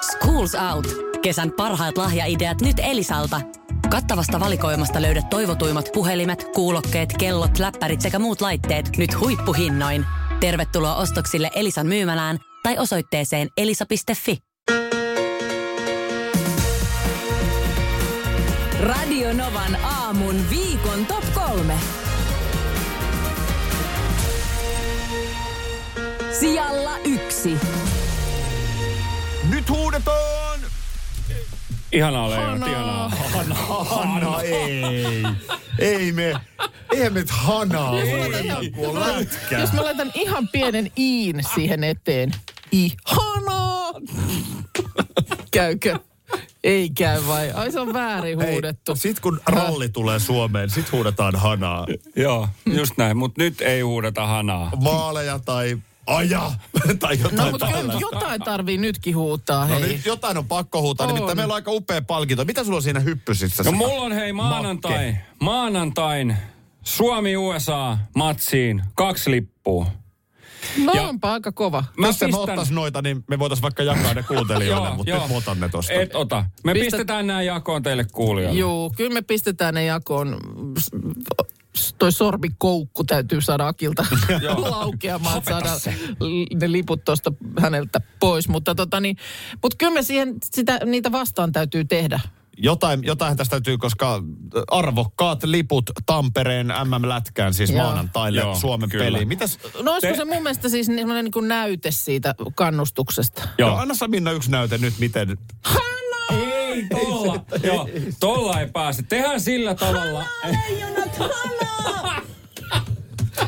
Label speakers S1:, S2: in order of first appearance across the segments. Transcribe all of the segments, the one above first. S1: Schools Out. Kesän parhaat lahjaideat nyt Elisalta. Kattavasta valikoimasta löydät toivotuimmat puhelimet, kuulokkeet, kellot, läppärit sekä muut laitteet nyt huippuhinnoin. Tervetuloa ostoksille Elisan myymälään tai osoitteeseen elisa.fi.
S2: Radio Novan aamun viikon top kolme. Sijalla yksi.
S3: Nyt huudetaan!
S4: Ihanaa leijonat, ihanaa.
S3: Hanna, ei. Ei me. Eihän me nyt hanaa voi kun lätkää.
S5: Jos mä laitan ihan pienen iin siihen eteen. Ihanaa! Käykö? Ei käy vai? Ai se on väärin huudettu.
S3: Sitten kun ralli tulee Suomeen, sit huudetaan hanaa.
S4: Joo, just näin. Mutta nyt ei huudeta hanaa.
S3: Maaleja tai aja tai jotain
S5: No mutta kyllä
S3: tällaista.
S5: jotain tarvii nytkin huutaa,
S3: No
S5: hei.
S3: nyt jotain on pakko huutaa,
S5: On.
S3: nimittäin meillä on aika upea palkinto. Mitä sulla on siinä hyppysissä?
S4: No mulla on hei maanantai,
S3: Makke.
S4: maanantain Suomi-USA matsiin kaksi lippua.
S5: no
S4: ja-
S5: onpa aika kova.
S4: Mä
S3: Jos me ottais noita, niin me voitais vaikka jakaa ne kuuntelijoille, mutta nyt mä otan ne tosta.
S4: Et ota. Me
S5: Pistä-
S4: pistetään nämä jakoon teille kuulijoille.
S5: Juu, kyllä me pistetään ne jakoon. S- s- Toi sormikoukku täytyy saada Akilta laukeamaan, että saadaan l- ne liput tuosta häneltä pois. Mutta tota niin, mut kyllä me siihen, sitä, niitä vastaan täytyy tehdä.
S3: Jotain, jotain tästä täytyy, koska äh, arvokkaat liput Tampereen MM-lätkään, siis
S5: Joo.
S3: maanantaille
S4: Joo,
S3: Suomen
S4: kyllä.
S3: peliin. Mitäs?
S5: No olisiko
S4: Te-
S5: se mun mielestä siis semmoinen niin kuin näyte siitä kannustuksesta?
S4: Joo.
S3: No, anna sä Minna yksi näyte nyt, miten...
S4: Ei, tolla. Joo, tolla ei pääse. Tehdään sillä tavalla.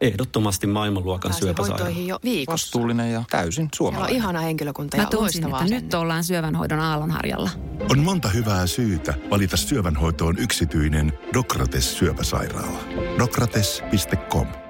S6: Ehdottomasti maailmanluokan syöpäsairaala.
S7: hoitoihin jo viikossa.
S8: Vastuullinen ja täysin
S7: Meillä on
S8: suomalainen.
S7: ihana henkilökunta
S9: Mä
S7: ja
S9: tunsin,
S7: loistavaa
S9: että nyt
S7: asennetta.
S9: ollaan syövänhoidon aallonharjalla.
S10: On monta hyvää syytä valita syövänhoitoon yksityinen Dokrates syöpäsairaala. Dokrates.com